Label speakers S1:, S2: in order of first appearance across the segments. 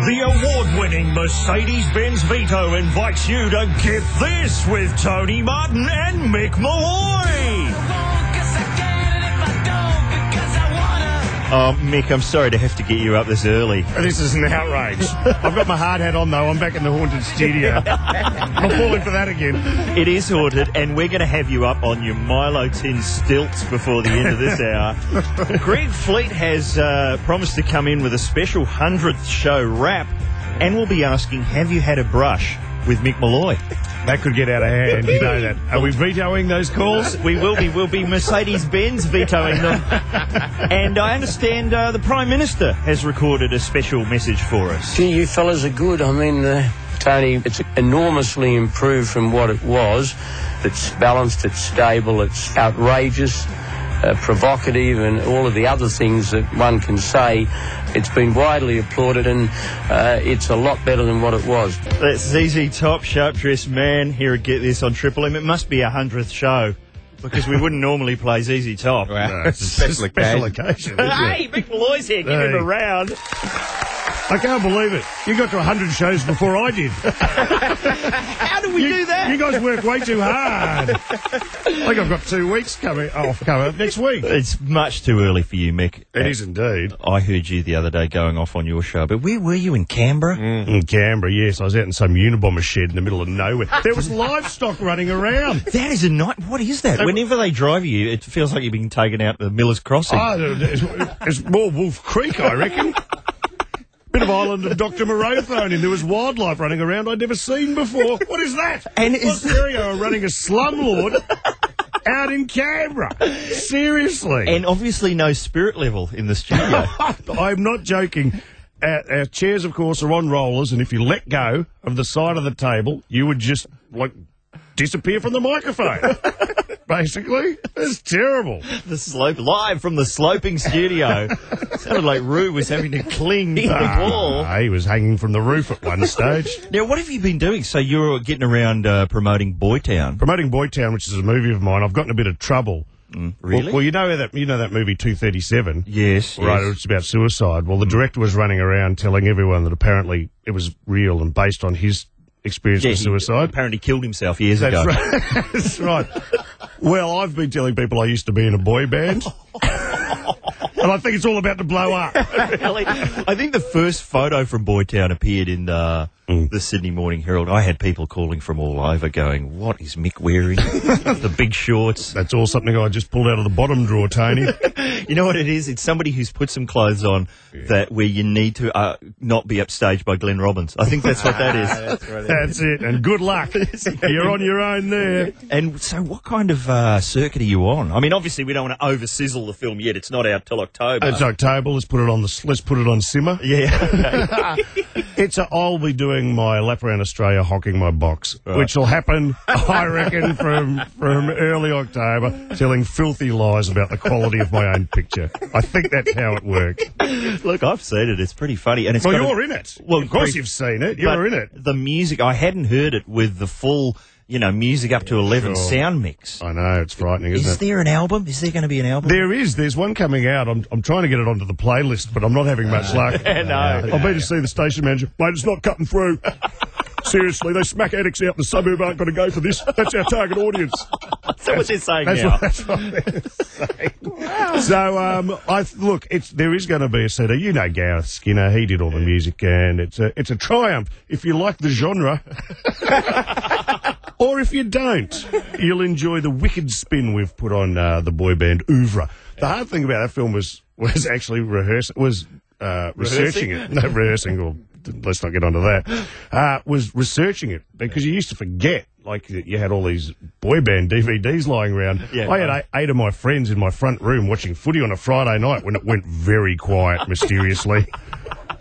S1: The award-winning Mercedes-Benz Vito invites you to get this with Tony Martin and Mick Malloy. Oh, Mick, I'm sorry to have to get you up this early.
S2: This is an outrage. I've got my hard hat on though. I'm back in the haunted studio. I'm not falling for that again.
S1: It is haunted, and we're going to have you up on your Milo tin stilts before the end of this hour. Greg Fleet has uh, promised to come in with a special 100th show wrap, and we'll be asking, have you had a brush with Mick Malloy?
S2: That could get out of hand. You know that. Are we vetoing those calls?
S1: We will be. We'll be Mercedes Benz vetoing them. And I understand uh, the Prime Minister has recorded a special message for us.
S3: Gee, you fellas are good. I mean, uh, Tony, it's enormously improved from what it was. It's balanced, it's stable, it's outrageous, uh, provocative, and all of the other things that one can say. It's been widely applauded, and uh, it's a lot better than what it was.
S1: That's ZZ Top, Sharp Dressed Man here at Get This on Triple M. It must be a hundredth show because we wouldn't normally play ZZ Top.
S4: Wow, it's a special
S2: Special
S4: occasion.
S2: occasion. isn't it?
S1: Hey, Big Malloy's here. Give him
S2: Hey.
S1: a round.
S2: I can't believe it. You got to 100 shows before I did.
S1: How do we do that?
S2: You guys work way too hard. I think I've got two weeks coming off coming up next week.
S1: It's much too early for you, Mick.
S2: It is indeed.
S1: I heard you the other day going off on your show, but where were you in Canberra?
S2: In Canberra, yes, I was out in some Unabomber shed in the middle of nowhere. There was livestock running around.
S1: That is a night. What is that? Whenever they drive you, it feels like you're being taken out to the Miller's Crossing.
S2: Ah, it's, it's more Wolf Creek, I reckon. Bit of Island of Dr. Moreau thrown in. There was wildlife running around I'd never seen before. What is that?
S1: And
S2: What,
S1: is-
S2: there you are running a slumlord out in Canberra. Seriously.
S1: and obviously, no spirit level in the studio.
S2: I'm not joking. Our, our chairs, of course, are on rollers, and if you let go of the side of the table, you would just like disappear from the microphone. Basically, it's terrible.
S1: the slope live from the sloping studio. Sounded like Rue was having to cling to the wall.
S2: Ah, he was hanging from the roof at one stage.
S1: Now, what have you been doing? So you're getting around uh, promoting Boytown,
S2: Promoting Boytown, which is a movie of mine, I've gotten a bit of trouble.
S1: really?
S2: Well, well, you know that you know that movie Two Thirty Seven.
S1: yes, Mm.
S2: Right,
S1: yes.
S2: it's about suicide. Well, the director was running around telling everyone that apparently it was real and based on his experience
S1: Yeah,
S2: with
S1: he
S2: suicide.
S1: apparently killed himself years ago.
S2: That's right. That's right. Well, I've been telling people I used to be in a boy band. and I think it's all about to blow up.
S1: Really? I think the first photo from Boytown appeared in uh, the Sydney Morning Herald. I had people calling from all over going, What is Mick wearing? the big shorts.
S2: That's all something I just pulled out of the bottom drawer, Tony.
S1: You know what it is? It's somebody who's put some clothes on that where you need to uh, not be upstaged by Glenn Robbins. I think that's what that is.
S2: That's it. And good luck. You're on your own there.
S1: And so, what kind of uh, circuit are you on? I mean, obviously, we don't want to over sizzle the film yet. It's not out till October.
S2: It's October. Let's put it on the let's put it on simmer.
S1: yeah.
S2: It's a, I'll be doing my lap around Australia, hocking my box, which will happen, I reckon, from from early October, telling filthy lies about the quality of my own picture. I think that's how it works.
S1: Look, I've seen it. It's pretty funny. And it's
S2: Well,
S1: got a-
S2: you're in it.
S1: Well,
S2: Well, of course
S1: brief-
S2: you've seen it. You're
S1: But
S2: in it.
S1: The music, I hadn't heard it with the full, you know, music up to 11
S2: sure.
S1: sound mix.
S2: I know it's frightening, isn't
S1: Is
S2: it?
S1: there an album? Is there going to be an album?
S2: There is. There's one coming out. I'm, I'm trying to get it onto the playlist, but I'm not having much luck.
S1: no.
S2: I've been to see the station manager. Mate, it's not cutting through. Seriously, they smack addicts out in the suburb aren't going to go for this. That's our target audience.
S1: That's what they're saying
S2: That's
S1: now.
S2: what, that's what they're saying. So, um, I th- look. It's there is going to be a CD. You know, Gareth Skinner. He did all the music, and it's a it's a triumph if you like the genre, or if you don't, you'll enjoy the wicked spin we've put on uh, the boy band Ouvre. The hard thing about that film was was actually rehearse was. Uh, researching it, no rehearsing, or let's not get onto that. Uh, was researching it because you used to forget, like that you had all these boy band DVDs lying around.
S1: Yeah,
S2: I had
S1: no.
S2: eight, eight of my friends in my front room watching footy on a Friday night when it went very quiet mysteriously.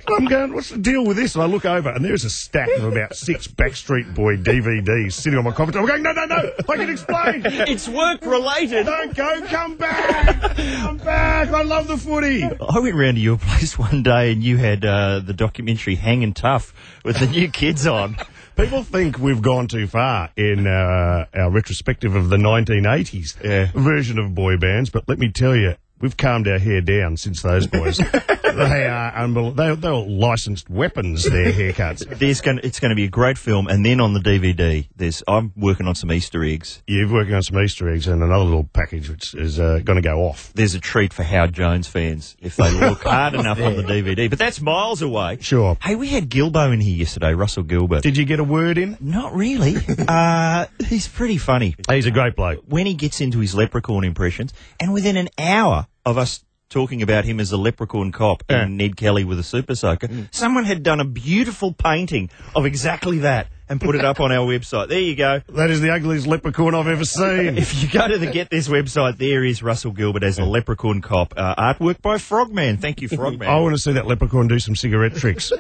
S2: I'm going, what's the deal with this? And I look over, and there's a stack of about six Backstreet Boy DVDs sitting on my coffee table. I'm going, no, no, no, I can explain.
S1: It's work related.
S2: Don't go, come back, come back. I love the footy.
S1: I went round to your place one day and you had uh, the documentary Hanging Tough with the new kids on.
S2: People think we've gone too far in uh, our retrospective of the 1980s
S1: Yeah.
S2: version of boy bands, but let me tell you, We've calmed our hair down since those boys. they are unbel- they, they were licensed weapons. Their haircuts.
S1: There's going it's going to be a great film, and then on the DVD, there's I'm working on some Easter eggs.
S2: You're working on some Easter eggs and another little package which is uh, going to go off.
S1: There's a treat for Howard Jones fans if they look hard enough on the DVD. But that's miles away.
S2: Sure.
S1: Hey, we had Gilbo in here yesterday, Russell Gilbert.
S2: Did you get a word in?
S1: Not really. uh, he's pretty funny.
S2: He's a great bloke.
S1: when he gets into his leprechaun impressions, and within an hour of us talking about him as the leprechaun cop and Ned Kelly with a super soaker,
S2: Mm.
S1: someone had done a beautiful painting of exactly that and put it up on our website. There you go.
S2: That is the ugliest leprechaun I've ever seen.
S1: If you go to the Get This website, there is Russell Gilbert as the leprechaun cop. Uh, artwork by Frogman. Thank you, Frogman.
S2: I want to see that leprechaun do some cigarette tricks.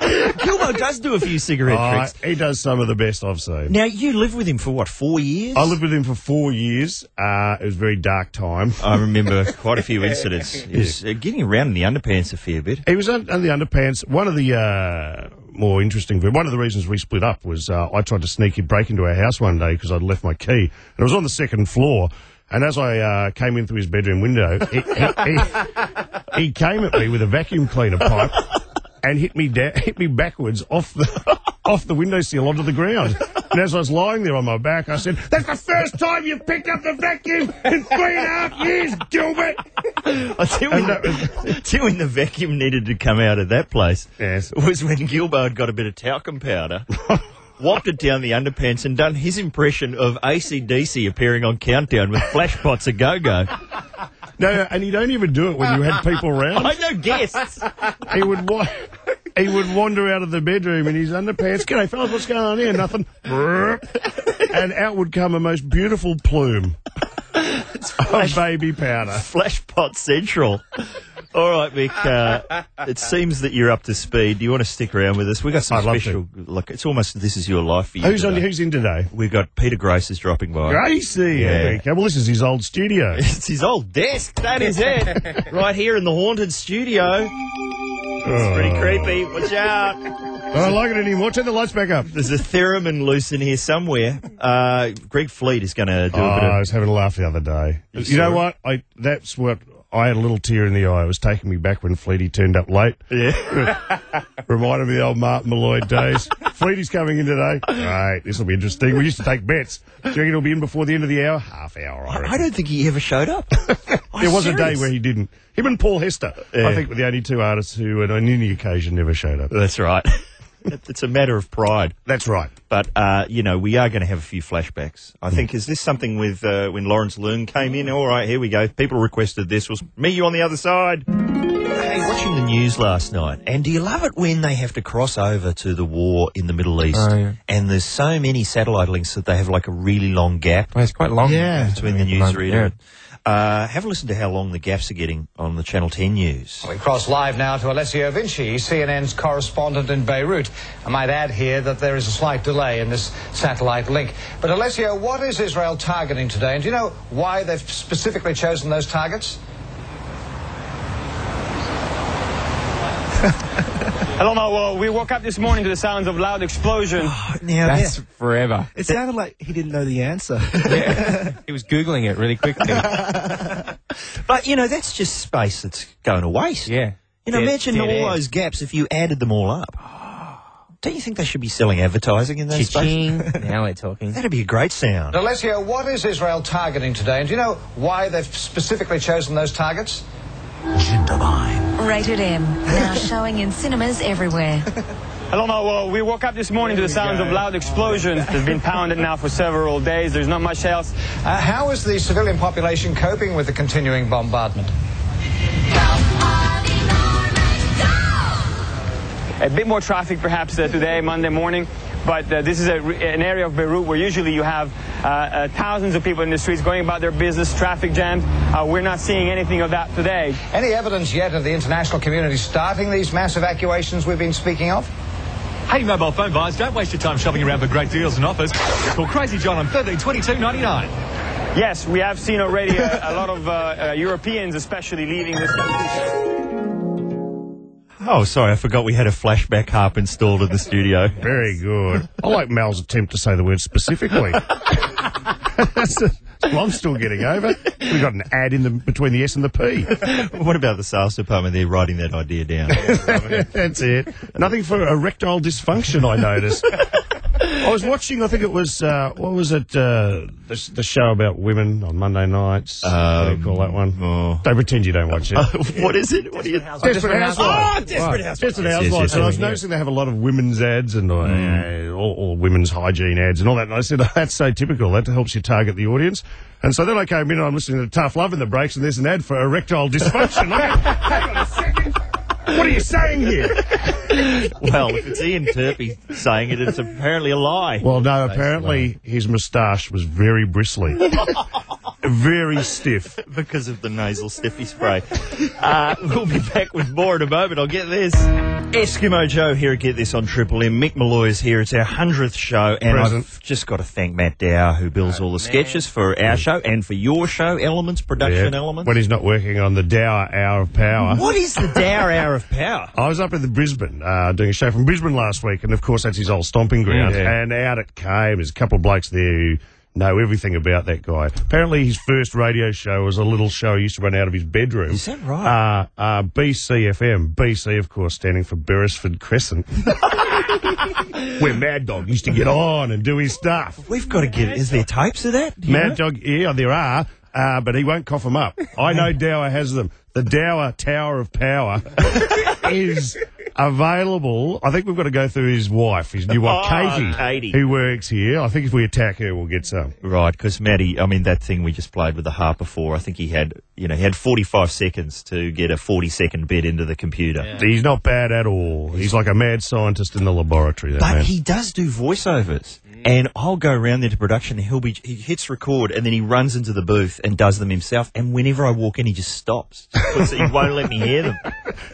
S1: Gilbo does do a few cigarette
S2: Uh,
S1: tricks.
S2: he does some of the best I've seen.
S1: Now, you live with him for what, four years?
S2: I lived with him for four years. Uh, it was a very dark time.
S1: I remember quite a few incidents. It was uh, getting around in the underpants a fair bit.
S2: He was on, on the underpants. One of the uh, more interesting, one of the reasons we split up was uh, I tried to sneak in, break into our house one day because I'd left my key. And it was on the second floor. And as I uh, came in through his bedroom window, he, he- he- he came at me with a vacuum cleaner pipe and hit me da- hit me backwards off the off the windowsill onto the ground. And as I was lying there on my back, I said, "That's the first time you've picked up the vacuum in three and a half years, Gilbert."
S1: I tell when, tell when the vacuum needed to come out of that place
S2: Yes.
S1: was when Gilbo had got a bit of talcum powder, whopped it down the underpants, and done his impression of ACDC appearing on Countdown with flashpots a go go.
S2: No, no, and you don't even do it when you had people around.
S1: I know guests.
S2: he would wa- he would wander out of the bedroom in his underpants. G'day, fellas, what's going on here? Nothing. and out would come a most beautiful plume of baby powder.
S1: Flashpot Central. All right, Mick. Uh, it seems that you're up to speed. Do you want to stick around with us? We've got some
S2: I'd love to.
S1: special. Look, it's almost this is your life for you.
S2: Who's on?
S1: today.
S2: Who's in today?
S1: We've got Peter Grace is dropping by.
S2: Gracie.
S1: Yeah.
S2: Okay, well, this is his old studio.
S1: It's his old desk. That is it. right here in the haunted studio.
S2: It's
S1: Pretty creepy. Watch out.
S2: Oh. I don't like it anymore. Turn the lights back up.
S1: There's a theremin loose in here somewhere. Uh, Greg Fleet is going to do
S2: Oh,
S1: a bit
S2: I
S1: of.
S2: was having a laugh the other day. You,
S1: saw
S2: know
S1: it?
S2: what? I that's what I had a little tear in the eye. It was taking me back when Fleety turned up late.
S1: Yeah.
S2: Reminded me of the old Martin Malloy days. Fleety's coming in today. Right, this will be interesting. We used to take bets. Do you reckon he'll be in before the end of the hour? Half hour, I reckon.
S1: I don't think he ever showed up.
S2: There was a day where he didn't. Him and Paul Hester,
S1: Yeah.
S2: I think, were the only two artists who, on any occasion, never showed up.
S1: That's right. it's a matter of pride.
S2: That's right.
S1: But uh, you know, we are going to have a few flashbacks. I think is this something with uh, when Lawrence Learn came in? All right, here we go. People requested this. We'll meet you on the other side. Hey, watching the news last night, and do you love it when they have to cross over to the war in the Middle East?
S4: Oh, yeah.
S1: And there's so many satellite links that they have like a really long gap
S4: Well, it's quite long.
S2: Yeah.
S1: between the
S4: At moment,
S1: newsreader. Uh, have a listen to how long the gaps are getting on the Channel 10 news.
S5: We cross live now to Alessio Vinci, CNN's correspondent in Beirut. I might add here that there is a slight delay in this satellite link. But Alessio, what is Israel targeting today? And do you know why they've specifically chosen those targets?
S6: I don't know. Well, we woke up this morning to the sounds of loud explosion.
S1: Now,
S4: That's forever.
S7: It sounded like he didn't know the answer.
S4: He was Googling it really quickly.
S1: But you know, that's just space that's going to waste.
S4: Yeah.
S1: You know,
S4: Dead-
S1: imagine
S4: dead
S1: all
S4: air.
S1: those gaps if you added them all up. Don't you think they should be selling advertising in those spaces?
S4: Cha-ching. now we're talking.
S1: That'd be a great sound.
S5: But Alessio, what is Israel targeting today? And do you know why they've specifically chosen those targets?
S8: Rated M, now showing in cinemas everywhere.
S6: I don't know. Well, we woke up this morning to the sounds of loud explosion. It's been pounded now for several days. There's not much else.
S5: Uh, how is the civilian population coping with the continuing bombardment?
S6: A bit more traffic perhaps uh, today, Monday morning. But uh, this is a, re- an area of Beirut where usually you have uh, uh, thousands of people in the streets going about their business, traffic jams. Uh, we're not seeing anything of that today.
S5: Any evidence yet of the international community starting these mass evacuations we've been speaking of?
S9: Hey, mobile phone buyers, don't waste your time shopping around for great deals and offers. Call Crazy John on 13 22 99.
S6: Yes, we have seen already a, a lot of uh, uh, Europeans, especially, leaving this country.
S1: Oh, sorry, I forgot we had a flashback harp installed in the studio.
S2: Very good. I like Mal's attempt to say the word specifically. That's the Well, I'm still getting over. We got an ad in the between the S and the P.
S1: What about the sales department? They're writing that idea down.
S2: That's it. Nothing for erectile dysfunction, I noticed. I was watching. I think it was uh, what was it? Uh, the, the show about women on Monday nights. what do you call that one?
S1: Um, oh.
S2: Don't pretend you don't watch it.
S1: what is it? What do you?
S2: Desperate Housewives.
S1: Oh, Desperate Housewives.
S2: Desperate
S1: Yes,
S2: Housewives.
S1: yes, yes,
S2: and I was
S1: yes, Mm. yes.
S2: noticing they have a lot of women's ads and uh, uh, all, all women's hygiene ads and all that. And I said, "Oh, that's so typical. That helps you target the audience. And so then I came in and I'm listening to Tough Love in the breaks and there's an ad for erectile dysfunction. I go, Hang on a second. What are you saying here?
S1: Well, if it's Ian Turpie saying it, it's apparently a lie.
S2: Well, no, apparently his moustache was very bristly. very stiff.
S1: because of the nasal stiffy spray. Uh, we'll be back with more in a moment. I'll get this. Eskimo Joe here at Get This on Triple M. Mick Malloy is here. It's our 100th show, and
S2: Present.
S1: I've just got to thank Matt Dow, who builds all the sketches for our show and for your show, Elements, Production Elements.
S2: When he's not working on the dour hour of power.
S1: what is the Dow Hour of Power?
S2: I was up in the Brisbane uh, doing a show from Brisbane last week, and of course that's his old stomping ground.
S1: Yeah.
S2: And out it came. There's a couple of blokes there who know everything about that guy. Apparently, his first radio show was a little show he used to run out of his bedroom.
S1: Is that right?
S2: Uh, uh, BCFM. BC, of course, standing for Beresford Crescent. Where Mad Dog used to get on and do his stuff.
S1: We've got to get. Is there tapes of that? Do you know?
S2: Mad Dog, yeah, there are, uh, but he won't cough them up. I know Dower has them. The Dower Tower of Power is available. I think we've got to go through his wife, his new wife,
S1: Oh,
S2: Katie,
S1: Katie.
S2: who works here. I think if we attack her, we'll get some.
S1: Right, because Matty, I mean, that thing we just played with the harp before, I think he had, you know, he had 45 seconds to get a 40 second bit into the computer.
S2: He's not bad at all. He's like a mad scientist in the laboratory. That
S1: But
S2: man.
S1: he does do voiceovers. And I'll go around there to production. and He'll be he hits record, and then he runs into the booth and does them himself. And whenever I walk in, he just stops. Just puts- he won't let me hear them.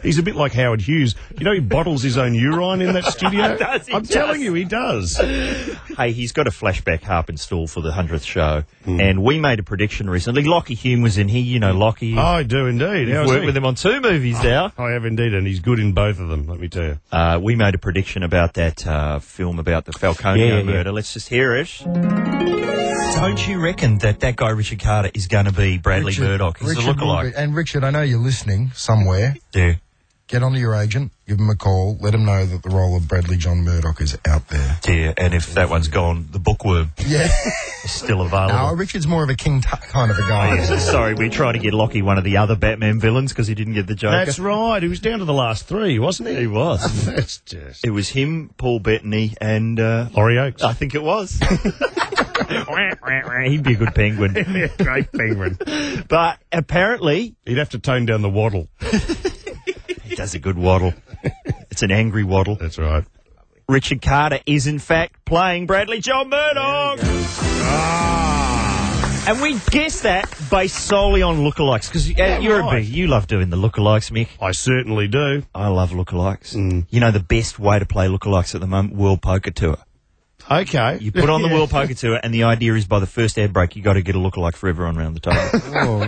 S2: He's a bit like Howard Hughes. You know, he bottles his own urine in that studio.
S1: Does he
S2: I'm
S1: just?
S2: telling you, he does.
S1: Hey, he's got a flashback harp installed for the hundredth show, and we made a prediction recently. Lockie Hume was in here. You know Lockie.
S2: I do indeed. How
S1: I've
S2: is
S1: worked
S2: Oh, he?
S1: with him on two movies now.
S2: I have indeed, and he's good in both of them. Let me tell you.
S1: Uh, we made a prediction about that uh, film about the Falcone
S4: Yeah, yeah, yeah.
S1: murder. Let's just hear it. Don't you reckon that that guy Richard Carter is going to be Bradley Murdoch? He's a
S10: Richard will
S1: lookalike.
S10: be- And Richard, I know you're listening somewhere.
S1: Yeah.
S10: Get onto your agent, give him a call, let him know that the role of Bradley John Murdoch is out there.
S1: Yeah, and if that one's gone, the bookworm
S10: Yeah.
S1: is still
S10: no,
S1: available.
S10: Uh, Richard's more of a King Tut kind of a guy.
S1: Sorry, we tried to get Lockie one of the other Batman villains because he didn't get the Joker.
S2: That's right. He was down to the last three, wasn't he?
S1: He was.
S2: That's just.
S1: it was him, Paul Bettany, and uh,
S2: Laurie Oakes.
S1: I think it was. He'd be a good penguin.
S2: Great penguin.
S1: But apparently,
S2: He'd have to tone down the waddle.
S1: he does a good waddle. It's an angry waddle.
S2: That's right.
S1: Richard Carter is in fact playing Bradley John Murdoch. Ah. And we guessed that based solely on lookalikes because you're
S2: right.
S1: a big, you love doing the lookalikes, Mick.
S2: I certainly do.
S1: I love lookalikes. You know the best way to play lookalikes at the moment, World Poker Tour.
S2: Okay.
S1: You put on the World Poker Tour, and the idea is by the first ad break, you got to get a lookalike for everyone around the table.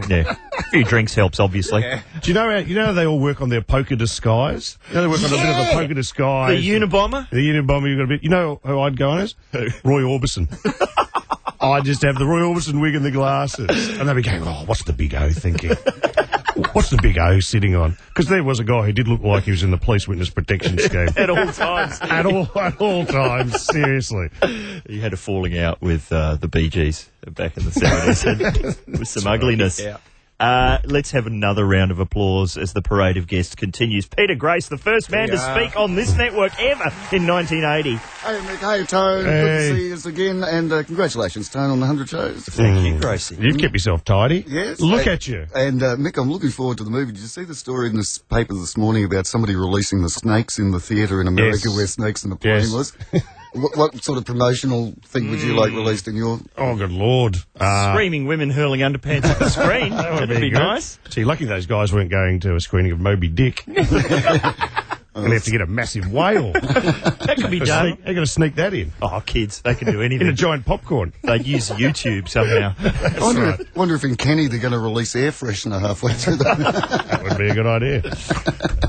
S1: yeah, a few drinks helps, obviously.
S2: Do you know how, you know how they all work on their poker disguise? You know they work on a bit of a poker
S1: The
S2: disguise.
S1: Unabomber.
S2: The Unabomber you've got a bit. You know who I'd go on as? Roy Orbison. I just have the Roy Orbison wig and the glasses. And they'd be going, oh, what's the big O thinking? What's the big O sitting on? Because there was a guy who did look like he was in the police witness protection scheme.
S1: At all times,
S2: at all at all times. Seriously,
S1: he had a falling out with uh, the Bee Gees back in the seventies with some ugliness. Uh, let's have another round of applause as the parade of guests continues. Peter Grace, the first man to speak on this network ever in
S11: Hey,
S1: 1980.
S11: Mick. Hey, Tone.
S2: Hey.
S11: Good to see you again. And uh, congratulations, Tone, on the 100 shows.
S1: Thank you, Gracie.
S2: you've kept yourself tidy.
S11: Yes.
S2: Look
S11: Hey.
S2: at you.
S11: And, uh, Mick, I'm looking forward to the movie. Did you see the story in this paper this morning about somebody releasing the snakes in the theatre in America
S2: Yes.
S11: where Snakes in the Plane
S2: Yes.
S11: was? what, what sort of promotional thing would you like released in your.
S2: Hmm. Oh, good lord. Uh,
S1: Screaming women hurling underpants at the screen. that would be,
S2: good.
S1: nice.
S2: See, lucky those guys weren't going to a screening of Moby Dick. They'll have to get a massive whale.
S1: That could be
S2: They're
S1: done.
S2: sneak- they're going to sneak that in
S1: Oh, kids, they can do
S2: in a
S1: anything.
S2: giant popcorn.
S1: They'd use YouTube somehow.
S11: I wonder, wonder if in Kenny they're going to release air freshener halfway through the.
S2: That would might be a good idea.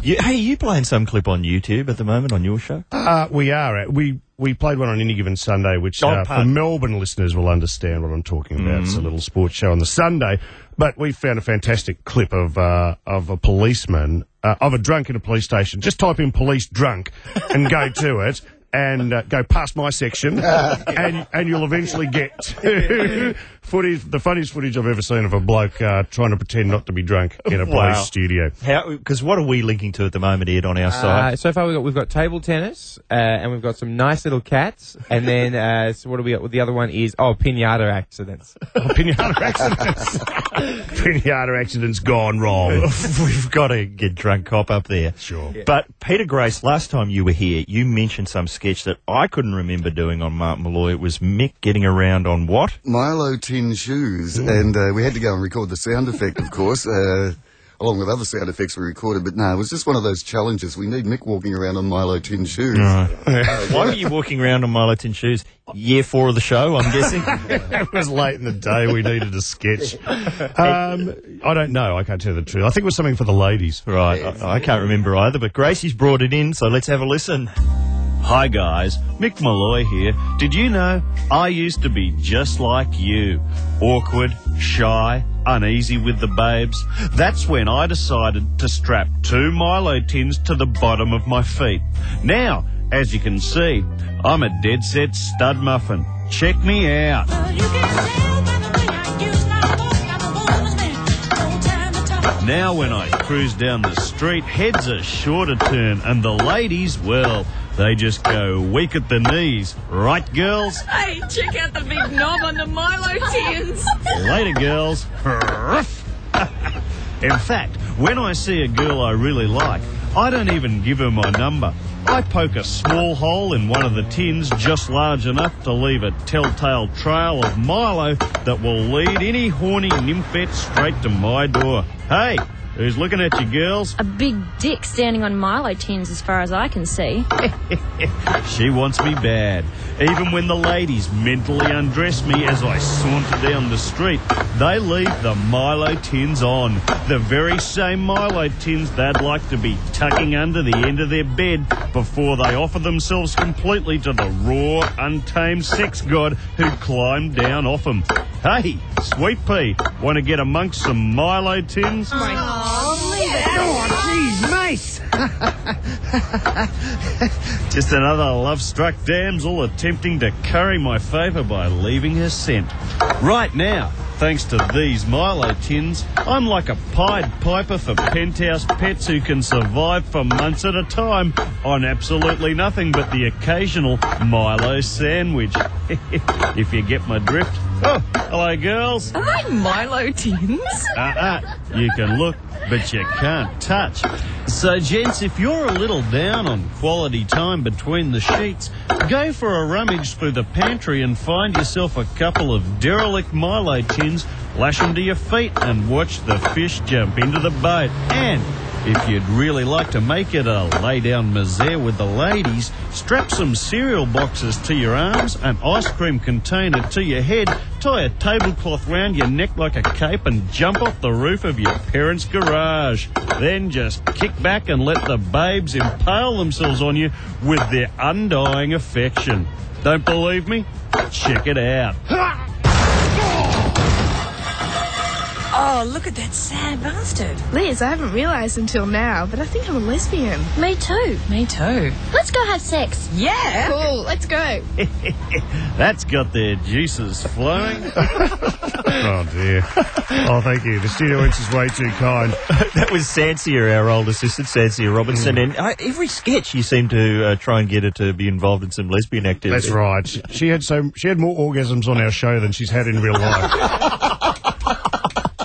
S12: You, hey, are you playing some clip on YouTube at the moment on your show?
S2: Uh, we are. uh, We we played one on any given Sunday, which
S12: Oh,
S2: uh, for
S12: pardon.
S2: Melbourne listeners will understand what I'm talking about. It's a little sports show on the Sunday, but we found a fantastic clip of uh, of a policeman uh, of a drunk in a police station. Just type in "police drunk" and go to it. And uh, go past my section, and and you'll eventually get to footage, the funniest footage I've ever seen of a bloke uh, trying to pretend not to be drunk in a
S12: Wow.
S2: police studio.
S12: Because what are we linking to at the moment, Ed, on our
S4: Uh,
S12: site?
S4: so far we've got we've got table tennis uh, and we've got some nice little cats and then uh, so what do we got? The other one is oh pinata accidents.
S2: pinata accidents. pinata accidents gone wrong.
S12: We've got to get drunk cop up there.
S2: Sure.
S12: But Peter Grace, last time you were here, you mentioned some sketch that I couldn't remember doing on Mark Malloy. It was Mick getting around on what?
S11: Milo tin shoes, and uh, we had to go and record the sound effect, of course, uh, along with other sound effects we recorded. But no, it was just one of those challenges. We need Mick walking around on Milo tin shoes.
S12: Why were you walking around on Milo tin shoes? Year four of the show, I'm guessing.
S2: it was late in the day. We needed a sketch. Um, I don't know. I can't tell you the truth. I think it was something for the ladies.
S12: Right, I, I can't remember either, but Gracie's brought it in, so let's have a listen. Hi guys, Mick Malloy here. Did you know I used to be just like you? Awkward, shy, uneasy with the babes. That's when I decided to strap two Milo tins to the bottom of my feet. Now, as you can see, I'm a dead set stud muffin. Check me out. Now, when I cruise down the street, heads are sure to turn, and the ladies, well, they just go weak at the knees. Right, girls?
S13: Hey, check out the big knob on the Milo tins.
S12: Later, girls. Ruff. In fact, when I see a girl I really like, I don't even give her my number. I poke a small hole in one of the tins just large enough to leave a telltale trail of Milo that will lead any horny nymphette straight to my door. Hey, who's looking at you, girls?
S14: A big dick standing on Milo tins, as far as I can see.
S12: She wants me bad. Even when the ladies mentally undress me as I saunter down the street, they leave the Milo tins on. The very same Milo tins they'd like to be tucking under the end of their bed before they offer themselves completely to the raw, untamed sex god who climbed down off 'em. Hey, sweet pea, want to get amongst some Milo tins? Just another love struck damsel attempting to curry my favour by leaving her scent. Right now, thanks to these Milo tins, I'm like a Pied Piper for penthouse pets who can survive for months at a time on absolutely nothing but the occasional Milo sandwich. if you get my drift. Oh, hello, girls.
S13: Are they Milo tins?
S12: Uh-uh. You can look, but you can't touch. So, gents, if you're a little down on quality time between the sheets, go for a rummage through the pantry and find yourself a couple of derelict Milo tins, lash 'em to your feet, and watch the fish jump into the boat. And if you'd really like to make it a lay down mazair with the ladies, strap some cereal boxes to your arms, an ice cream container to your head, tie a tablecloth round your neck like a cape, and jump off the roof of your parents' garage. Then just kick back and let the babes impale themselves on you with their undying affection. Don't believe me? Check it out.
S13: Oh, look at that sad bastard. Liz, I haven't realised until now, but I think I'm a lesbian.
S14: Me too.
S13: Me too.
S14: Let's go have sex.
S13: Yeah. Cool, let's go.
S12: That's got their juices flowing.
S2: Oh dear. Oh, thank you. The studio audience is way too kind.
S12: that was Sansia, our old assistant, Sansia Robinson. And uh, every sketch, you seem to uh, try and get her to be involved in some lesbian activity.
S2: That's right. She had so she had more orgasms on our show than she's had in real life.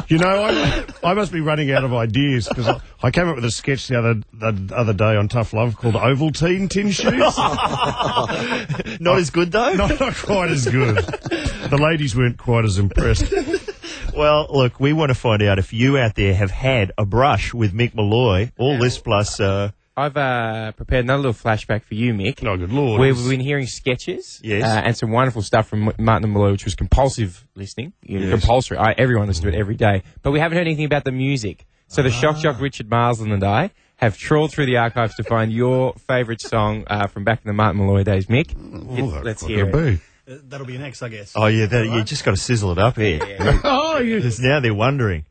S2: You know, I, I must be running out of ideas because I, I came up with a sketch the other the other day on Tough Love called Ovaltine Tin Shoes.
S12: Not as good though.
S2: not, not quite as good. The ladies weren't quite as impressed.
S12: Well, look, we want to find out if you out there have had a brush with Mick Malloy. All this plus, uh,
S4: I've uh, prepared another little flashback for you, Mick.
S2: Oh, good lord!
S4: Where we've been hearing sketches
S12: Yes.
S4: uh, and some wonderful stuff from Martin and Malloy, which was compulsive listening, you know,
S12: Yes.
S4: compulsory. I, everyone listened to it every day, but we haven't heard anything about the music. So
S2: Ah.
S4: the shock jock Richard Marsland and I have trawled through the archives to find your favourite song uh, from back in the Martin Malloy days, Mick. Let's- let's hear it.
S7: Uh, That'll be next, I guess.
S1: Oh yeah, that, you just got to sizzle it up here.
S7: Oh, you-
S1: Because now they're wondering.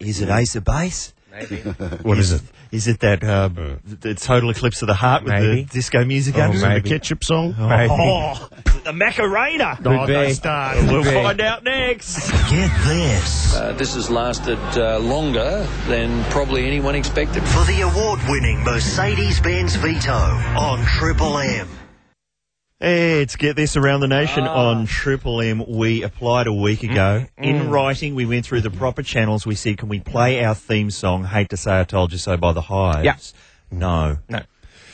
S1: Is it Ace of Base?
S4: Maybe.
S1: What is it? Is it that uh, the Total Eclipse of the Heart with
S2: Maybe.
S1: the disco music
S2: Oh,
S1: under
S2: maybe.
S1: the ketchup song?
S2: Maybe.
S1: Oh, the Macarena.
S2: Could Oh, don't be.
S1: start.
S2: Could
S1: We'll
S2: be.
S1: find out next. Get this.
S15: Uh, this has lasted uh, longer than probably anyone expected.
S16: For the award winning Mercedes Benz Vito on Triple M.
S1: Hey, it's Get This Around the Nation on Triple M. We applied a week ago. In
S2: Ah. mm.
S1: writing, we went through the proper channels. We said, can we play our theme song, Hate to Say I Told You So by The Hives? No.
S4: No.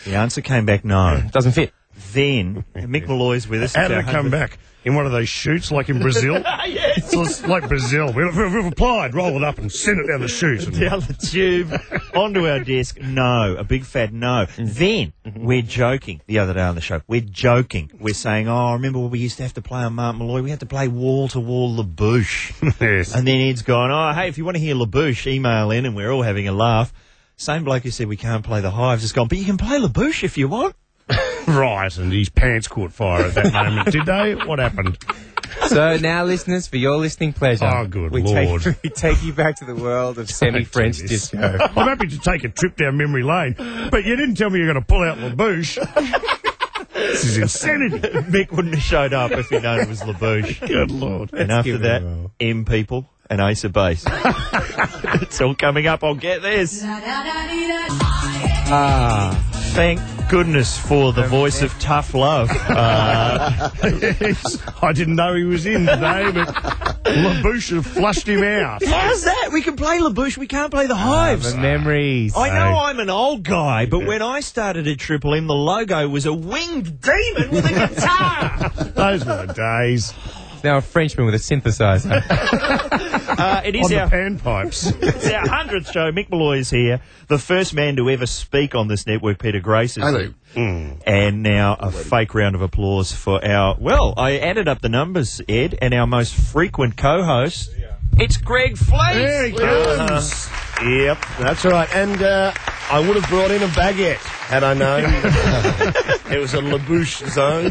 S1: The answer came back no.
S4: Doesn't fit.
S1: Then, Mick Malloy's with us.
S2: How did
S1: It's
S2: it
S1: our
S2: come
S1: 100th
S2: back? In one of those shoots, like in Brazil? yes. It's like Brazil. We've, we've applied, roll it up and send it down the chute. And
S1: down the tube onto our desk. No, a big fat no.
S2: Mm-hmm.
S1: Then we're joking. The other day on the show, we're joking. We're saying, "Oh, remember what we used to have to play on Martin Malloy? We had to play wall to wall LaBouche."
S2: yes.
S1: And then Ed's gone, "Oh, hey, if you want to hear LaBouche, email in," and we're all having a laugh. Same bloke who said we can't play the Hives has gone, but you can play LaBouche if you want.
S2: right, and his pants caught fire at that moment, did they? What happened?
S4: So now, listeners, for your listening pleasure,
S2: Oh, good
S4: we
S2: Lord.
S4: Take, we take you back to the world of semi-French
S2: Don't do this.
S4: disco.
S2: I'm happy to take a trip down memory lane, but you didn't tell me you're going to pull out LaBouche. this is insanity.
S1: Mick wouldn't have showed up if he'd known it was LaBouche.
S2: Good Lord.
S1: And
S2: Let's
S1: after
S2: give it
S1: that,
S2: a whirl.
S1: M people and Ace of Base. it's all coming up. I'll get this. Ah, thank goodness for the voice of tough love. Uh,
S2: I didn't know he was in today, but LaBouche have flushed him out.
S1: How's that? We can play LaBouche, we can't play Ah, the Hives.
S4: The memories.
S1: I know I'm an old guy, but when I started at Triple M, the logo was a winged demon with a guitar.
S2: Those were the days.
S4: Now a Frenchman with a synthesizer.
S1: Uh, it is
S2: on
S1: our
S2: the panpipes.
S1: It's our hundredth show. Mick Malloy is here, the first man to ever speak on this network. Peter Grace is
S11: Hello.
S1: here. And now a fake round of applause for our. Well, I added up the numbers, Ed, and our most frequent co-host. It's Greg Uh-huh. Fleet.
S17: There he comes.
S1: Yep,
S17: that's right. And uh, I would have brought in a baguette had I known it was a labouche zone.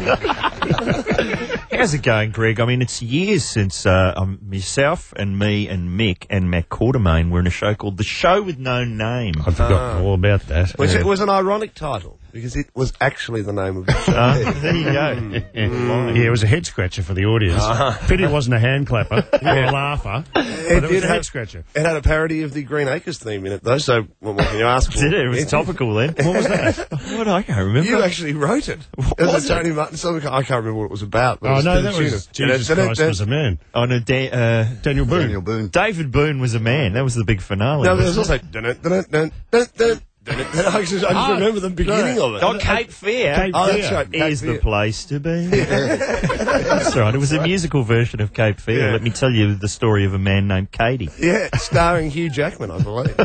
S1: How's it going, Greg? I mean, it's years since uh, um, myself and me and Mick and Matt Quartermain were in a show called The Show with No Name.
S2: I've forgotten
S1: Ah.
S2: all about that.
S17: Which
S1: Yeah.
S17: it was an ironic title because it was actually the name of the show.
S1: Uh, there you go.
S2: Yeah, it was a head scratcher for the audience. Pity it wasn't a hand clapper or a laugher, but it, was a head scratcher.
S17: It had a parody of the Green Acres theme in it, though. So what more can you ask? for?
S1: Did it? It was topical then. What was that? what I can't remember.
S17: You actually wrote it. It was
S1: was
S17: a
S1: it?
S17: Tony Martin song. I can't remember what it was about. but it
S2: Oh,
S17: was
S2: no,
S17: to the
S2: that
S17: tune
S2: was
S17: of-
S2: Jesus Christ was a man.
S1: Oh no, da- uh,
S2: Daniel Boone.
S11: Daniel Boone.
S1: David Boone was a man. That was the big finale.
S17: No, there was
S1: wasn't
S17: also. dun- dun- dun- dun- dun- dun- dun- dun- I just, I just
S2: Ah,
S17: remember the beginning
S2: no.
S17: of it.
S1: it? Oh, Cape Fear.
S2: Cape
S17: Oh, that's
S2: Fear.
S17: right. Cape
S1: is
S17: Fear.
S1: the place to be. that's right. It was a musical version of Cape Fear.
S17: Yeah.
S1: Let me tell you the story of a man named Katie.
S17: Yeah, starring Hugh Jackman, I believe.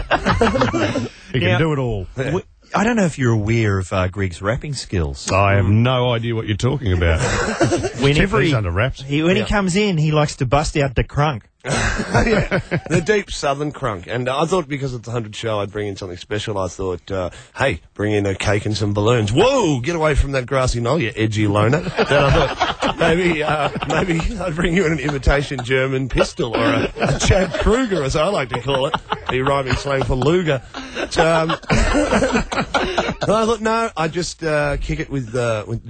S2: He
S1: Now-
S2: can do it all.
S1: W- I don't know if you're aware of uh, Greg's rapping skills.
S2: I have no idea what you're talking about.
S1: When he-
S2: Everything's under wraps.
S1: He, when he comes in, he likes to bust out the crunk.
S17: yeah, the deep southern crunk. And I thought because it's the 100 show, I'd bring in something special. I thought, uh, hey, bring in a cake and some balloons. Whoa, get away from that grassy knoll, you edgy loner. then I thought, maybe, uh, maybe I'd bring you in an imitation German pistol or a, a Chad Kruger, as I like to call it, the rhyming slang for Luger. But, um, and I thought, no, I just uh, kick it with, uh, with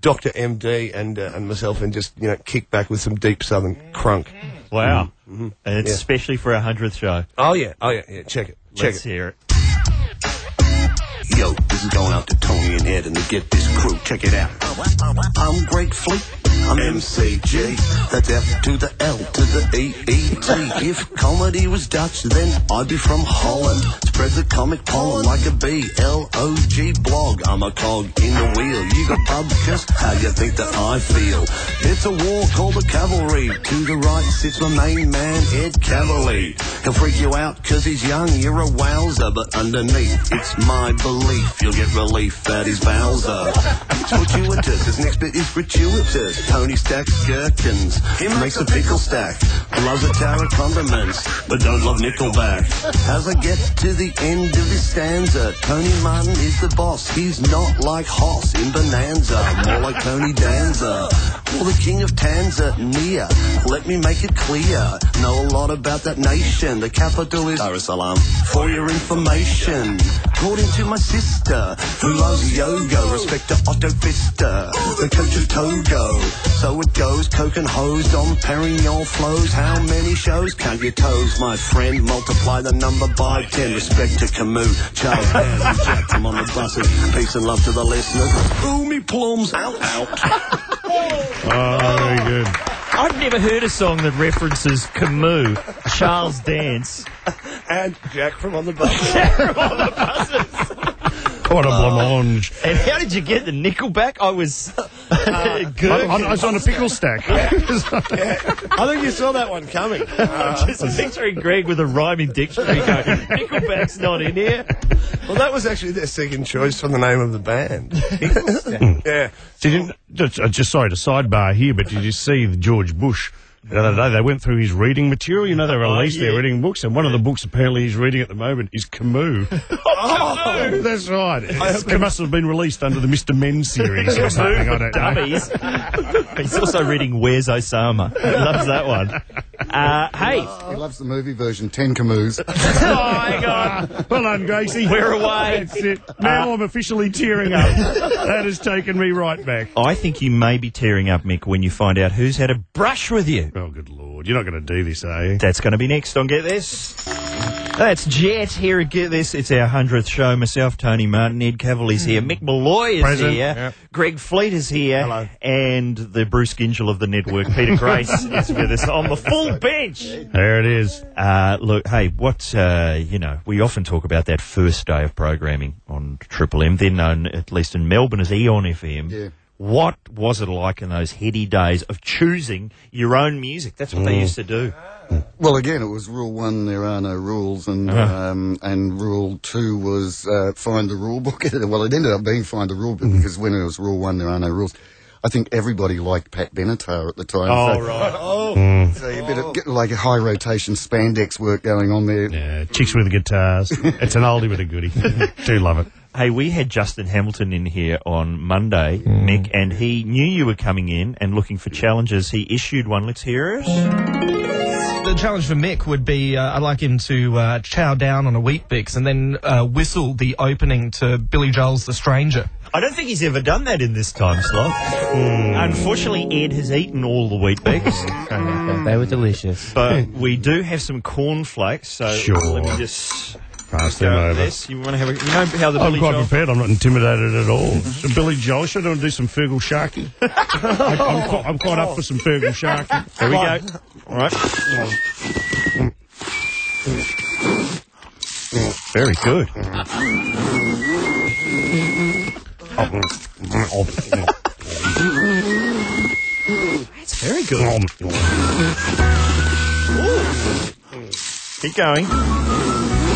S17: Dr. MD and, uh, and myself and just, you know, kick back with some deep southern crunk.
S1: Wow. Mm-hmm. And it's
S17: Mm-hmm. Yeah.
S1: especially for our 100th show.
S17: Oh, yeah, oh, yeah, yeah, check it. Check
S1: Let's
S17: it.
S1: hear it.
S16: Yo, this is going out to Tony and Ed and to get this crew. Check it out. I'm Greg Fleet. I'm MCG. That's F to the L to the E E T. If comedy was Dutch, then I'd be from Holland. Spread the comic pollen like a B L O G blog. I'm a cog in the wheel. You got bubkas? How you think that I feel? It's a war called the cavalry. To the right sits my main man, Ed Cavalier. He'll freak you out 'cause he's young. You're a wowzer, but underneath, it's my belief you'll get relief that is Bowser. It's fortuitous. This next bit is gratuitous. Tony stacks gherkins. He makes a pickle stack. Loves a jar of condiments, but don't love Nickelback. As I get to the end of his stanza, Tony Martin is the boss. He's not like Hoss in Bonanza, more like Tony Danza. Or the king of Tanzania. Let me make it clear. Know a lot about that nation. The capital is Dar es Salaam. For your information, according to my sister, who loves yoga, respect to Otto Pfister, the coach of Togo. So it goes, coke and hose, Dom Perignon flows. How many shows? Count your toes, my friend. Multiply the number by ten. Respect to Camus, Charles Dance, and Jack from on the buses. Peace and love to the listeners. Ooh, me plums, out, out.
S2: Oh, very good.
S1: I've never heard a song that references Camus, Charles Dance,
S17: and Jack from on the bus.
S2: What a blancmange.
S1: And how did you get the Nickelback? I was uh, good.
S2: I, I- I was on a pickle stack.
S17: I think you saw that one coming.
S1: I'm just picturing Greg with a rhyming dictionary going, Nickelback's not in here.
S17: Well, that was actually their second choice from the name of the band. yeah.
S2: Did you, just, uh, just sorry to sidebar here, but did you see the George Bush? The other day, they went through his reading material. You know, they released
S1: Oh, yeah.
S2: their reading books, and one of the books apparently he's reading at the moment is Camus.
S1: Oh,
S2: That's right. It must have been released under the Mr. Men series or something. I don't know.
S1: Dummies. He's also reading Where's Osama. He loves that one. Uh, hey,
S11: He loves the movie version, Ten Camus.
S1: my God.
S2: Well done, Gracie.
S1: We're away.
S2: That's it. Now I'm officially tearing up. that has taken me right back.
S1: I think you may be tearing up, Mick, when you find out who's had a brush with you.
S2: Oh, good lord. You're not going to do this, are you?
S1: That's going to be next on Get This. That's Jet here at Get This. It's our 100th show. Myself, Tony Martin, Ed Cavill is here. Mick Malloy is
S2: Present.
S1: here. Greg Fleet is here. Hello. And the Bruce Gingell of the network, Peter Grace, is with us on the full bench.
S2: There it is.
S1: Uh, look, hey, what, uh, you know, we often talk about that first day of programming on Triple M, then known, at least in Melbourne, as Eon FM.
S11: Yeah.
S1: What was it like in those heady days of choosing your own music? That's what
S2: Mm.
S1: they used to do.
S11: Well, again, it was rule one: there are no rules, and
S1: Uh-huh.
S11: um, and rule two was uh, find the rule book. well, it ended up being find the rule book
S1: Mm-hmm.
S11: because when it was rule one, there are no rules. I think everybody liked Pat Benatar at the time.
S1: Oh,
S11: so,
S1: right. Mm.
S11: so you better get like a high rotation spandex work going on there.
S2: Yeah, chicks with guitars. it's an oldie but a goodie. Do love it.
S1: Hey, we had Justin Hamilton in here on Monday,
S4: Hmm.
S1: Mick, and he knew you were coming in and looking for challenges. He issued one. Let's hear it.
S7: The challenge for Mick would be uh, I'd like him to uh, chow down on a wheat bix and then uh, whistle the opening to Billy Joel's The Stranger.
S1: I don't think he's ever done that in this time slot. Hmm. Unfortunately, Ed has eaten all the wheat bakes,
S4: They were delicious.
S1: but we do have some cornflakes, so
S2: Sure.
S1: let me just
S2: Pass them
S1: go over.
S2: over.
S1: this. You want to have a, you know how the
S2: I'm
S1: Billy
S2: quite
S1: Joel- Mhm.
S2: prepared. I'm not intimidated at all. So Billy Joel, should I do some Fergal Sharky? I, I'm, quite, I'm quite up for some Fergal Sharky.
S1: There we go. All right.
S2: Very good.
S1: It's very good. Keep going.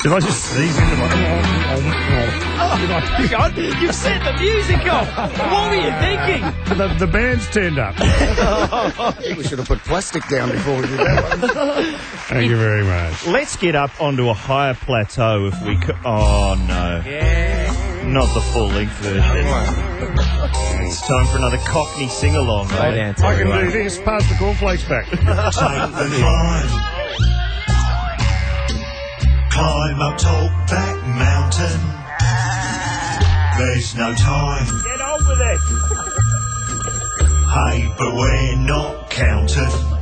S2: Did I just sneeze into my...
S1: Oh, God, you've set the music off. What were you thinking?
S2: The, the band's turned up.
S11: We should have put plastic down before we did that one.
S2: Thank you very much.
S1: Let's get up onto a higher plateau if we could. Oh no. Not the full length version. It's time for another Cockney sing along.
S4: Slow
S2: I
S4: down,
S2: can do
S4: everyone.
S2: this. Pass the cornflakes back.
S18: climb. Climb up tall back mountain. There's no time. Get on with it. Hey, but we're not counting.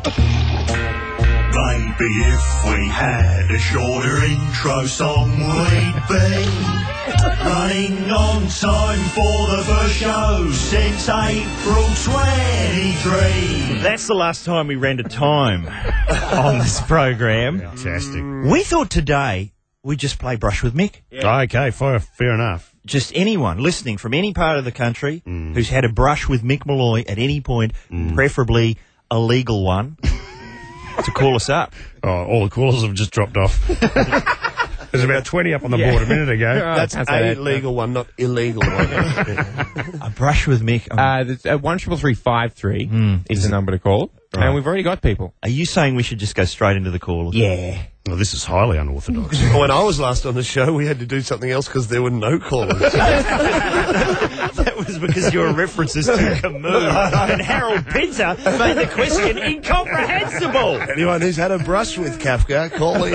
S18: Maybe if we had a shorter intro song, we'd be running on time for the first show since April 23.
S1: That's the last time we ran to time on this program.
S2: Fantastic.
S1: We thought today we'd just play Brush with Mick.
S2: Okay, fair, fair enough.
S1: Just anyone listening from any part of the country
S4: Mm.
S1: who's had a brush with Mick Malloy at any point, preferably a legal one, to call us up.
S2: Oh, all the callers have just dropped off. There's about 20 up on the
S17: Yeah.
S2: board a minute ago.
S1: Uh,
S17: That's a legal one, not illegal one.
S4: A brush with Mick. Uh, one triple three five three
S1: Hmm.
S4: is the number to call, and we've already got people.
S1: Are you saying we should just go straight into the call?
S4: Yeah.
S2: Well, this is highly unorthodox.
S17: when I was last on the show, we had to do something else because there were no callers.
S1: That was because your references to Camus and Harold Pinter made the question incomprehensible.
S17: Anyone who's had a brush with Kafka, call in.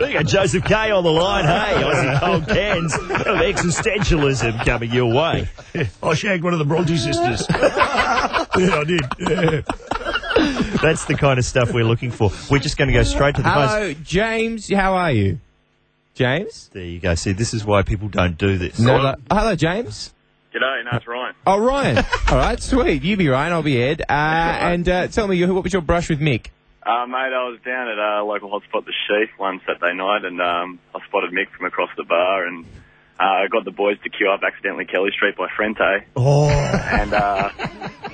S1: Look at Joseph K on the line. Hey, Aussie cold cans of existentialism coming your way.
S2: I shagged Oh, one of the Bronte sisters. yeah, I did. Yeah.
S1: That's the kind of stuff we're looking for. We're just going to go straight to the buzz.
S4: Hello, James. How are you, James?
S1: There you go. See, this is why people don't do this.
S4: Hello, hello, James.
S12: G'day, no, it's Ryan.
S4: Oh, Ryan. All right, sweet. You be Ryan. I'll be Ed. Uh, and uh, tell me, who- what was your brush with Mick?
S12: Uh, mate, I was down at a local hotspot, The Sheath, one Saturday night, and um, I spotted Mick from across the bar, and uh, I got the boys to queue up accidentally Kelly Street by Frente,
S2: Oh.
S12: and uh,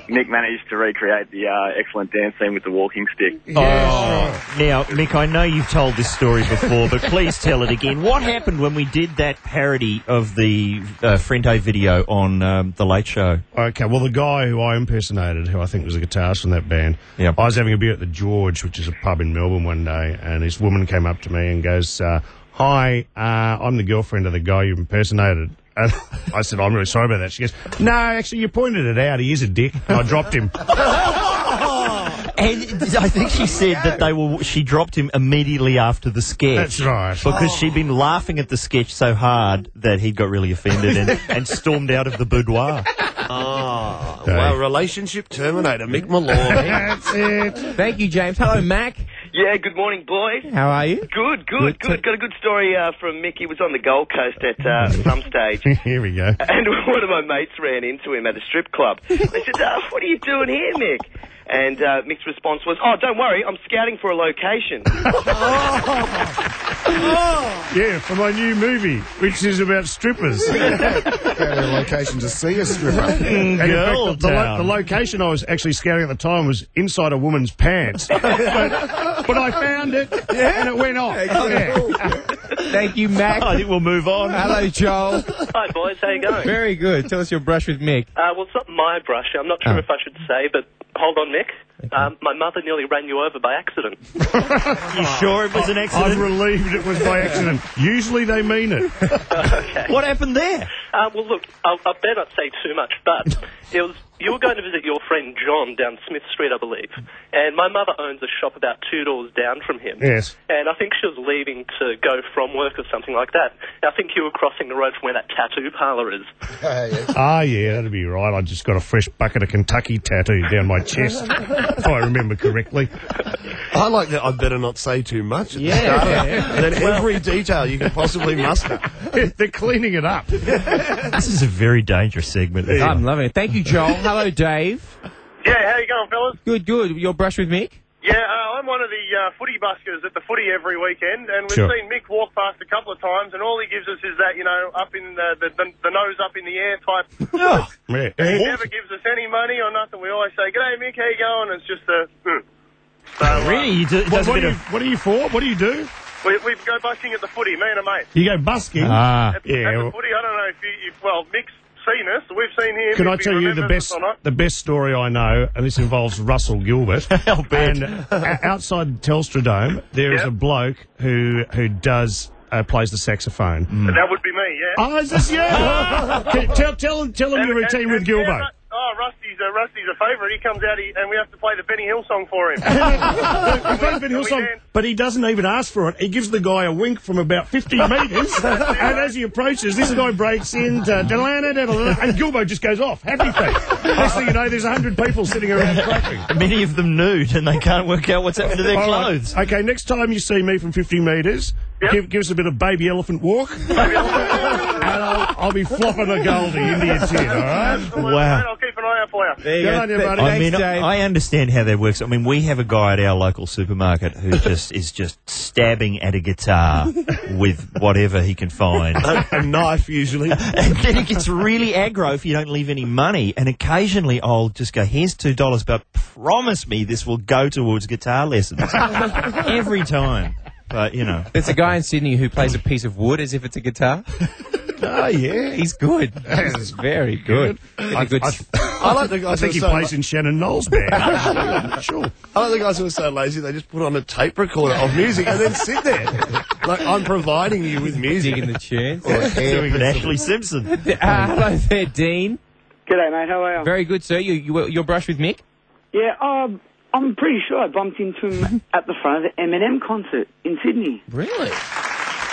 S12: Mick managed to recreate the uh, excellent dance scene with the walking stick.
S1: Oh. Now, Mick, I know you've told this story before, but please tell it again. What happened when we did that parody of the uh, Frente video on um, The Late Show?
S2: Okay, well, the guy who I impersonated, who I think was a guitarist in that band, I was having a beer at the George, which is a pub in Melbourne one day, and this woman came up to me and goes, uh, Hi, uh, I'm the girlfriend of the guy you impersonated. And I said, I'm really sorry about that. She goes, No, actually, you pointed it out. He is a dick. And I dropped him.
S1: And I think she said that they were. She dropped him immediately after the sketch.
S2: That's right.
S1: Because she'd been laughing at the sketch so hard that he got really offended and, and stormed out of the boudoir.
S17: Ah, well, relationship terminator, Mick Malloy.
S2: That's it.
S4: Thank you, James. Hello, Mac.
S19: Yeah, good morning, boys.
S4: How are you?
S19: Good, good, good. Got a good story uh, from Mick. He was on the Gold Coast at uh, some stage,
S2: Here we go.
S19: and one of my mates ran into him at a strip club. They said, oh, "What are you doing here, Mick?" And uh, Mick's response was, "Oh, don't worry, I'm scouting for a location."
S2: Yeah, for my new movie, which is about strippers.
S10: Go to a location to see a stripper.
S2: And in fact, the- the, lo- the location I was actually scouting at the time was inside a woman's pants. but, but I found it, and it went off.
S4: Thank you, Mac.
S1: I think we'll move on.
S4: Hello, Joel.
S19: Hi, boys. How you going?
S4: Very good. Tell us your brush with Mick.
S19: Uh, well, it's not my brush. I'm not sure if I should say, but hold on, Mick. Um, my mother nearly ran you over by accident.
S1: You sure it was an accident?
S2: I'm relieved it was by accident. Usually they mean it.
S1: What happened there?
S19: Uh, well, look, I'll, I better not say too much, but it was you were going to visit your friend John down Smith Street, I believe, and my mother owns a shop about two doors down from him.
S2: Yes.
S19: And I think she was leaving to go from work or something like that. And I think you were crossing the road from where that tattoo parlor is.
S2: Ah, yeah, that'd be right. I just got a fresh bucket of Kentucky tattoo down my chest, if I remember correctly.
S17: I like that. I better not say too much. At
S2: Yeah.
S17: the start. And then every detail you can possibly muster.
S2: They're cleaning it up.
S1: This is a very dangerous segment. Um,
S4: I'm loving it. Thank you, Joel. Hello, Dave.
S20: Yeah, how you going, fellas?
S4: Good, good. Your brush with Mick?
S20: Yeah, uh, I'm one of the uh, footy buskers at the footy every weekend, and we've
S4: Sure.
S20: seen Mick walk past a couple of times, and all he gives us is that you know up in the the, the, the nose up in the air type.
S2: Yeah.
S20: he never gives us any money or nothing. We always say, "G'day, Mick, how you going?" It's just a. Hmm.
S1: Oh, really? You do,
S2: What,
S1: does a
S2: what,
S1: bit
S2: are you,
S1: of-
S2: what are you for? What do you do?
S20: We, we go busking at the footy, me and a mate.
S2: You go busking?
S20: Ah, at,
S2: yeah.
S20: at the
S2: well-
S20: footy, I don't know if you, if well, Mick's seen us. We've seen him.
S2: Can
S20: if
S2: I
S20: he
S2: tell you the
S20: remembers
S2: best
S20: us or not.
S2: the best story I know, and this involves Russell Gilbert. and uh, outside Telstra Dome, there is a bloke who who does uh, plays the saxophone.
S20: That would be me. Yeah.
S2: Oh, is this you? Can- tell tell tell him your routine with Gilbo.
S20: Ru- Oh, Rusty's a, Rusty's a favourite. He comes out he, and we have to play the Benny Hill song for him.
S2: We play Benny Hill song, but he doesn't even ask for it. He gives the guy a wink from about 50 metres, and as he approaches, this guy breaks in, to, and Gilbo just goes off, happy feet. Next thing you know, there's 100 people sitting around clapping.
S1: Many of them nude, and they can't work out what's happened to their
S2: All right.
S1: clothes.
S2: Okay, next time you see me from 50 metres, give, give us a bit of baby elephant walk. and I'll, I'll be flopping a goldie into your tin, all right?
S1: Wow.
S20: I'll keep an eye out for you.
S4: There
S2: Good on you, buddy.
S1: I mean, I understand how that works. I mean, we have a guy at our local supermarket who just is just stabbing at a guitar with whatever he can find.
S17: A, a knife, usually.
S1: and then it gets really aggro if you don't leave any money. And occasionally I'll just go, here's $2, but promise me this will go towards guitar lessons. Every time. but you know.
S4: There's a guy in Sydney who plays a piece of wood as if it's a guitar.
S2: Oh yeah,
S4: he's good. He's very good.
S2: I,
S4: Good-
S2: I, I like the guys
S17: I think
S2: who
S17: he
S2: are so
S17: plays
S2: in Shannon Knowles' band. sure.
S17: I like the guys who are so lazy, they just put on a tape recorder of music and then sit there. Like, I'm providing you with music.
S4: Digging the tunes.
S1: Doing an Ashley Simpson.
S4: Uh, hello there, Dean.
S21: G'day, mate. How are you?
S4: Very good, sir. You, you your brush with Mick?
S21: Yeah, um, I'm pretty sure I bumped into him at the front of the Eminem concert in Sydney.
S4: Really?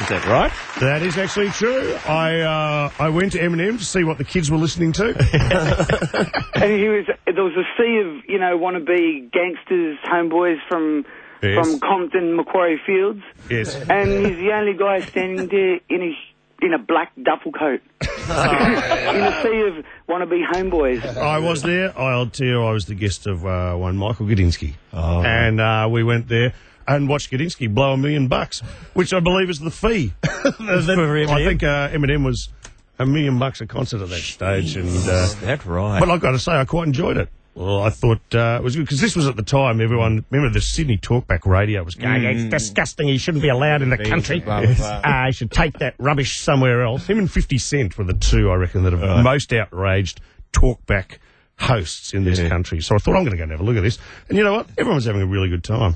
S1: Is that right?
S2: That is actually true. I uh, I went to Eminem to see what the kids were listening to.
S21: and he was there was a sea of you know wannabe gangsters, homeboys from
S2: Yes.
S21: from Compton, Macquarie Fields.
S2: Yes.
S21: And he's the only guy standing there in a in a black duffel coat in a sea of wannabe homeboys.
S2: I was there. I'll tell you, I was the guest of uh, one Michael Gudinski, and uh, we went there and watched Gudinski blow a million bucks, which I believe is the fee. I think uh, Eminem was a million bucks a concert at that stage, and uh,
S1: That's right.
S2: But I've got to say, I quite enjoyed it. Well, I thought uh, it was good because this was at the time everyone remember the Sydney Talkback Radio was going.
S18: Mm.
S2: It's disgusting. He shouldn't be allowed in the
S18: Bees,
S2: country.
S18: blah, blah, blah.
S2: Uh, he should take that rubbish somewhere else. Him and Fifty Cent were the two I reckon that have most outraged Talkback hosts in this country. So I thought I'm going to go and have a look at this. And you know what? Everyone's having a really good time.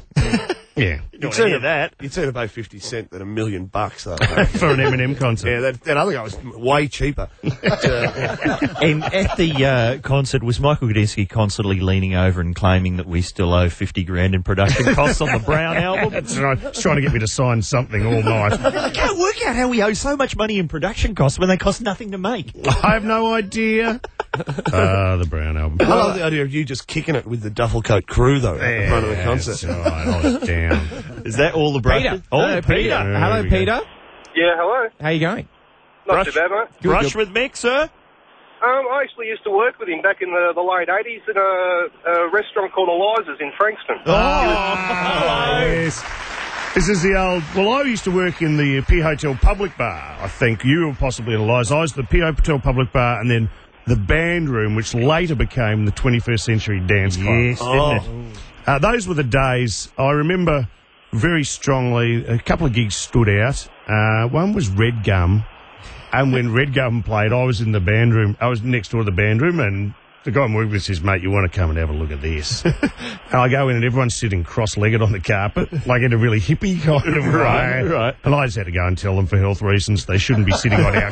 S2: yeah,
S17: You'd
S2: sooner
S17: sooner, that. You'd sooner pay 50 cent than a million bucks, though.
S2: for an Eminem concert.
S17: Yeah, that, that other guy was way cheaper. But, uh,
S1: And at the uh, concert, was Michael Gudinski constantly leaning over and claiming that we still owe 50 grand in production costs on the Brown album?
S2: That's right. He's trying to get me to sign something all night.
S1: I can't work out how we owe so much money in production costs when they cost nothing to make.
S2: I have no idea. Ah, the Brown album. Oh,
S17: I love the idea of you just kicking it with the duffel coat crew, though, at the front of the concert.
S2: down.
S1: Is that all the brush?
S17: Peter.
S1: Oh,
S17: Hello,
S1: Peter.
S17: Peter.
S4: Hello, Peter.
S20: Yeah, hello.
S4: How you going?
S20: Not too bad, mate.
S1: Brush with Mick, sir?
S20: Um, I actually used to work with him back in the, the late 80s at a, a restaurant called Eliza's in Frankston.
S2: Oh, yes. This is the old. Well, I used to work in the Pier Hotel Public Bar. I think you were possibly in Eliza. I was the Pier Hotel Public Bar, and then the band room, which later became the 21st Century Dance Club.
S1: Yes, didn't
S2: Uh, those were the days I remember very strongly. A couple of gigs stood out. Uh, one was Red Gum, and when Red Gum played, I was in the band room. I was next door to the band room, and the guy I'm working with says, "Mate, you want to come and have a look at this?" and I go in, and everyone's sitting cross-legged on the carpet, like in a really hippie kind of
S18: Right,
S2: way.
S18: right.
S2: And I just had to go and tell them for health reasons they shouldn't be sitting on our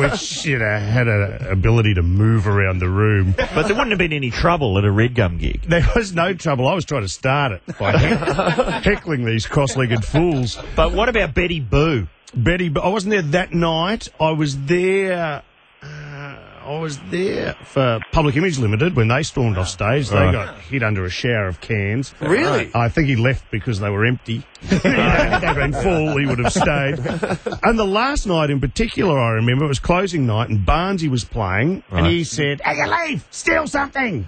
S2: which you know had an ability to move around the room.
S1: But there wouldn't have been any trouble at a Red Gum gig.
S2: There was no trouble. I was trying to start it by heck- heckling these cross-legged fools.
S1: But what about Betty Boo?
S2: Betty, Boo. I wasn't there that night. I was there. uh, I was there for Public Image Limited when they stormed off stage. They
S18: Right.
S2: got hit under a shower of cans. Uh,
S18: Really?
S2: I think he left because they were empty. Uh, If They'd been full. He would have stayed. And the last night in particular, I remember it was closing night, and Barnsey was playing, and
S18: Right.
S2: he said, "Hey, you leave! Steal something!"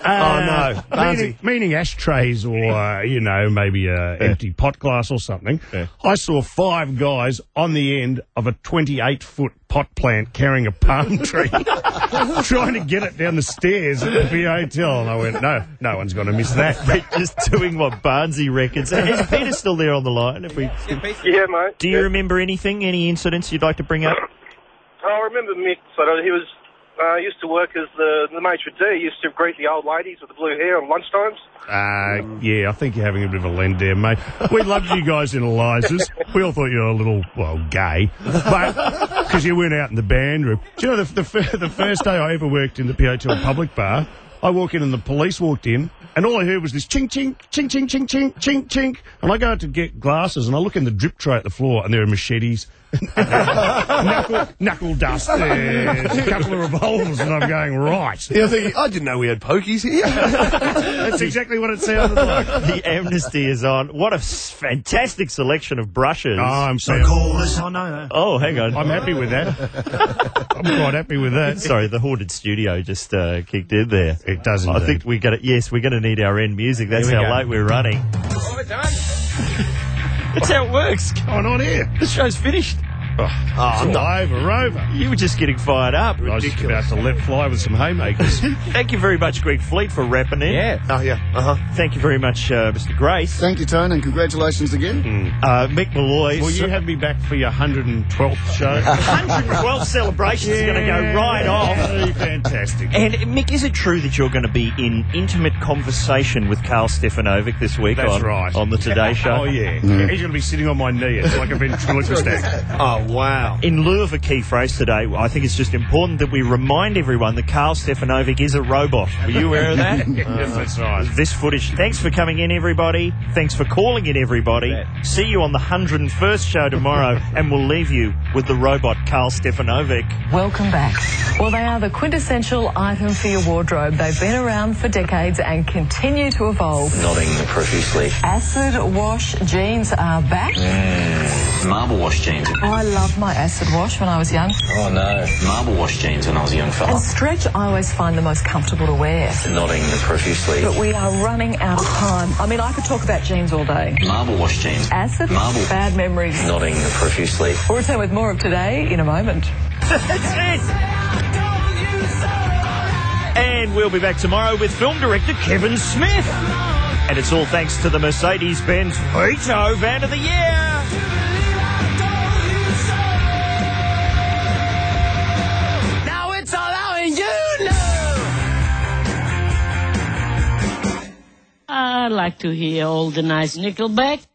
S2: Uh,
S18: Oh, no.
S2: meaning, meaning ashtrays or uh, you know maybe a empty pot glass or something. I saw five guys on the end of a twenty-eight foot pot plant carrying a palm tree, trying to get it down the stairs at the V Hotel, and I went, "No, no one's going to miss that."
S1: They're just doing what Barnsey reckons. Is Peter still there on the line? If we,
S20: Yeah, mate.
S1: do you remember anything? Any incidents you'd like to bring up?
S20: Oh, I remember Mick. So he was uh, used to work as the the maitre d. He used to greet the old ladies with the blue hair on lunchtimes.
S2: Uh, yeah, I think you're having a bit of a lend there, mate. We loved you guys in Eliza's. We all thought you were a little, well, gay, but because you weren't out in the band room. Do you know the, the, fir- the first day I ever worked in the PHL public bar, I walk in and the police walked in, and all I heard was this chink chink chink chink chink chink chink chink, and I go out to get glasses, and I look in the drip tray at the floor, and there are machetes. knuckle, knuckle dust, there's a couple of revolvers, and I'm going, right.
S17: You're thinking, I didn't know we had pokies here.
S2: That's exactly what it sounded like.
S1: The amnesty is on. What a s- fantastic selection of brushes.
S2: Oh, I'm so.
S1: Oh, hang on.
S2: I'm happy with that. I'm quite happy with that.
S1: Sorry, the hoarded studio just uh, kicked in there.
S2: It does.
S1: I think we got it. Yes, we're going to need our end music. That's
S4: Here we
S1: how
S4: go.
S1: late we're running.
S4: That's how it works.
S2: What's going on here?
S4: This show's finished.
S2: Oh,
S1: I'm
S2: it's all
S1: not-
S2: over, over.
S1: You were just getting fired up.
S2: I was just about to let fly with some haymakers.
S1: Thank you very much, Greg Fleet, for wrapping in.
S4: Yeah.
S1: Oh, yeah. Uh huh. Thank you very much, uh, Mr. Grace.
S11: Uh-huh. Thank you, Tony, and congratulations again.
S1: Uh, Mick Malloy.
S2: Will you have me back for your 112th show?
S1: 112 celebrations is going to go right off.
S2: Fantastic.
S1: And Mick, is it true that you're going to be in intimate conversation with Carl Stefanovic this week?
S2: That's
S1: on,
S2: right.
S1: on the Today Show.
S2: Oh, yeah. He's going to be sitting on my knee. It's like a ventriloquist act.
S1: Oh, wow. In lieu of a key phrase today, I think it's just important that we remind everyone that Carl Stefanovic is a robot. Were you aware of that?
S2: Yes, that's right.
S1: This footage. Thanks for coming in, everybody. Thanks for calling in, everybody. See you on the 101st show tomorrow, and we'll leave you with the robot Carl Stefanovic.
S3: Welcome back. Well, they are the quintessential item for your wardrobe. They've been around for decades and continue to evolve.
S22: Nodding profusely.
S3: Acid wash jeans are back.
S22: Mm, marble wash jeans.
S3: I loved my acid wash when I was young.
S22: Oh no, marble wash jeans when I was a young
S3: And
S22: fella.
S3: stretch, I always find the most comfortable to wear.
S22: Nodding profusely.
S3: But we are running out of time. I mean, I could talk about jeans all day.
S22: Marble wash jeans.
S3: Acid,
S22: Marble.
S3: bad memories.
S22: Nodding profusely.
S3: We'll return with more of today in a moment.
S1: That's it. And we'll be back tomorrow with film director Kevin Smith. And it's all thanks to the Mercedes Benz Veto Van of the Year.
S13: Now it's all out and you know. I like to hear old and nice Nickelback.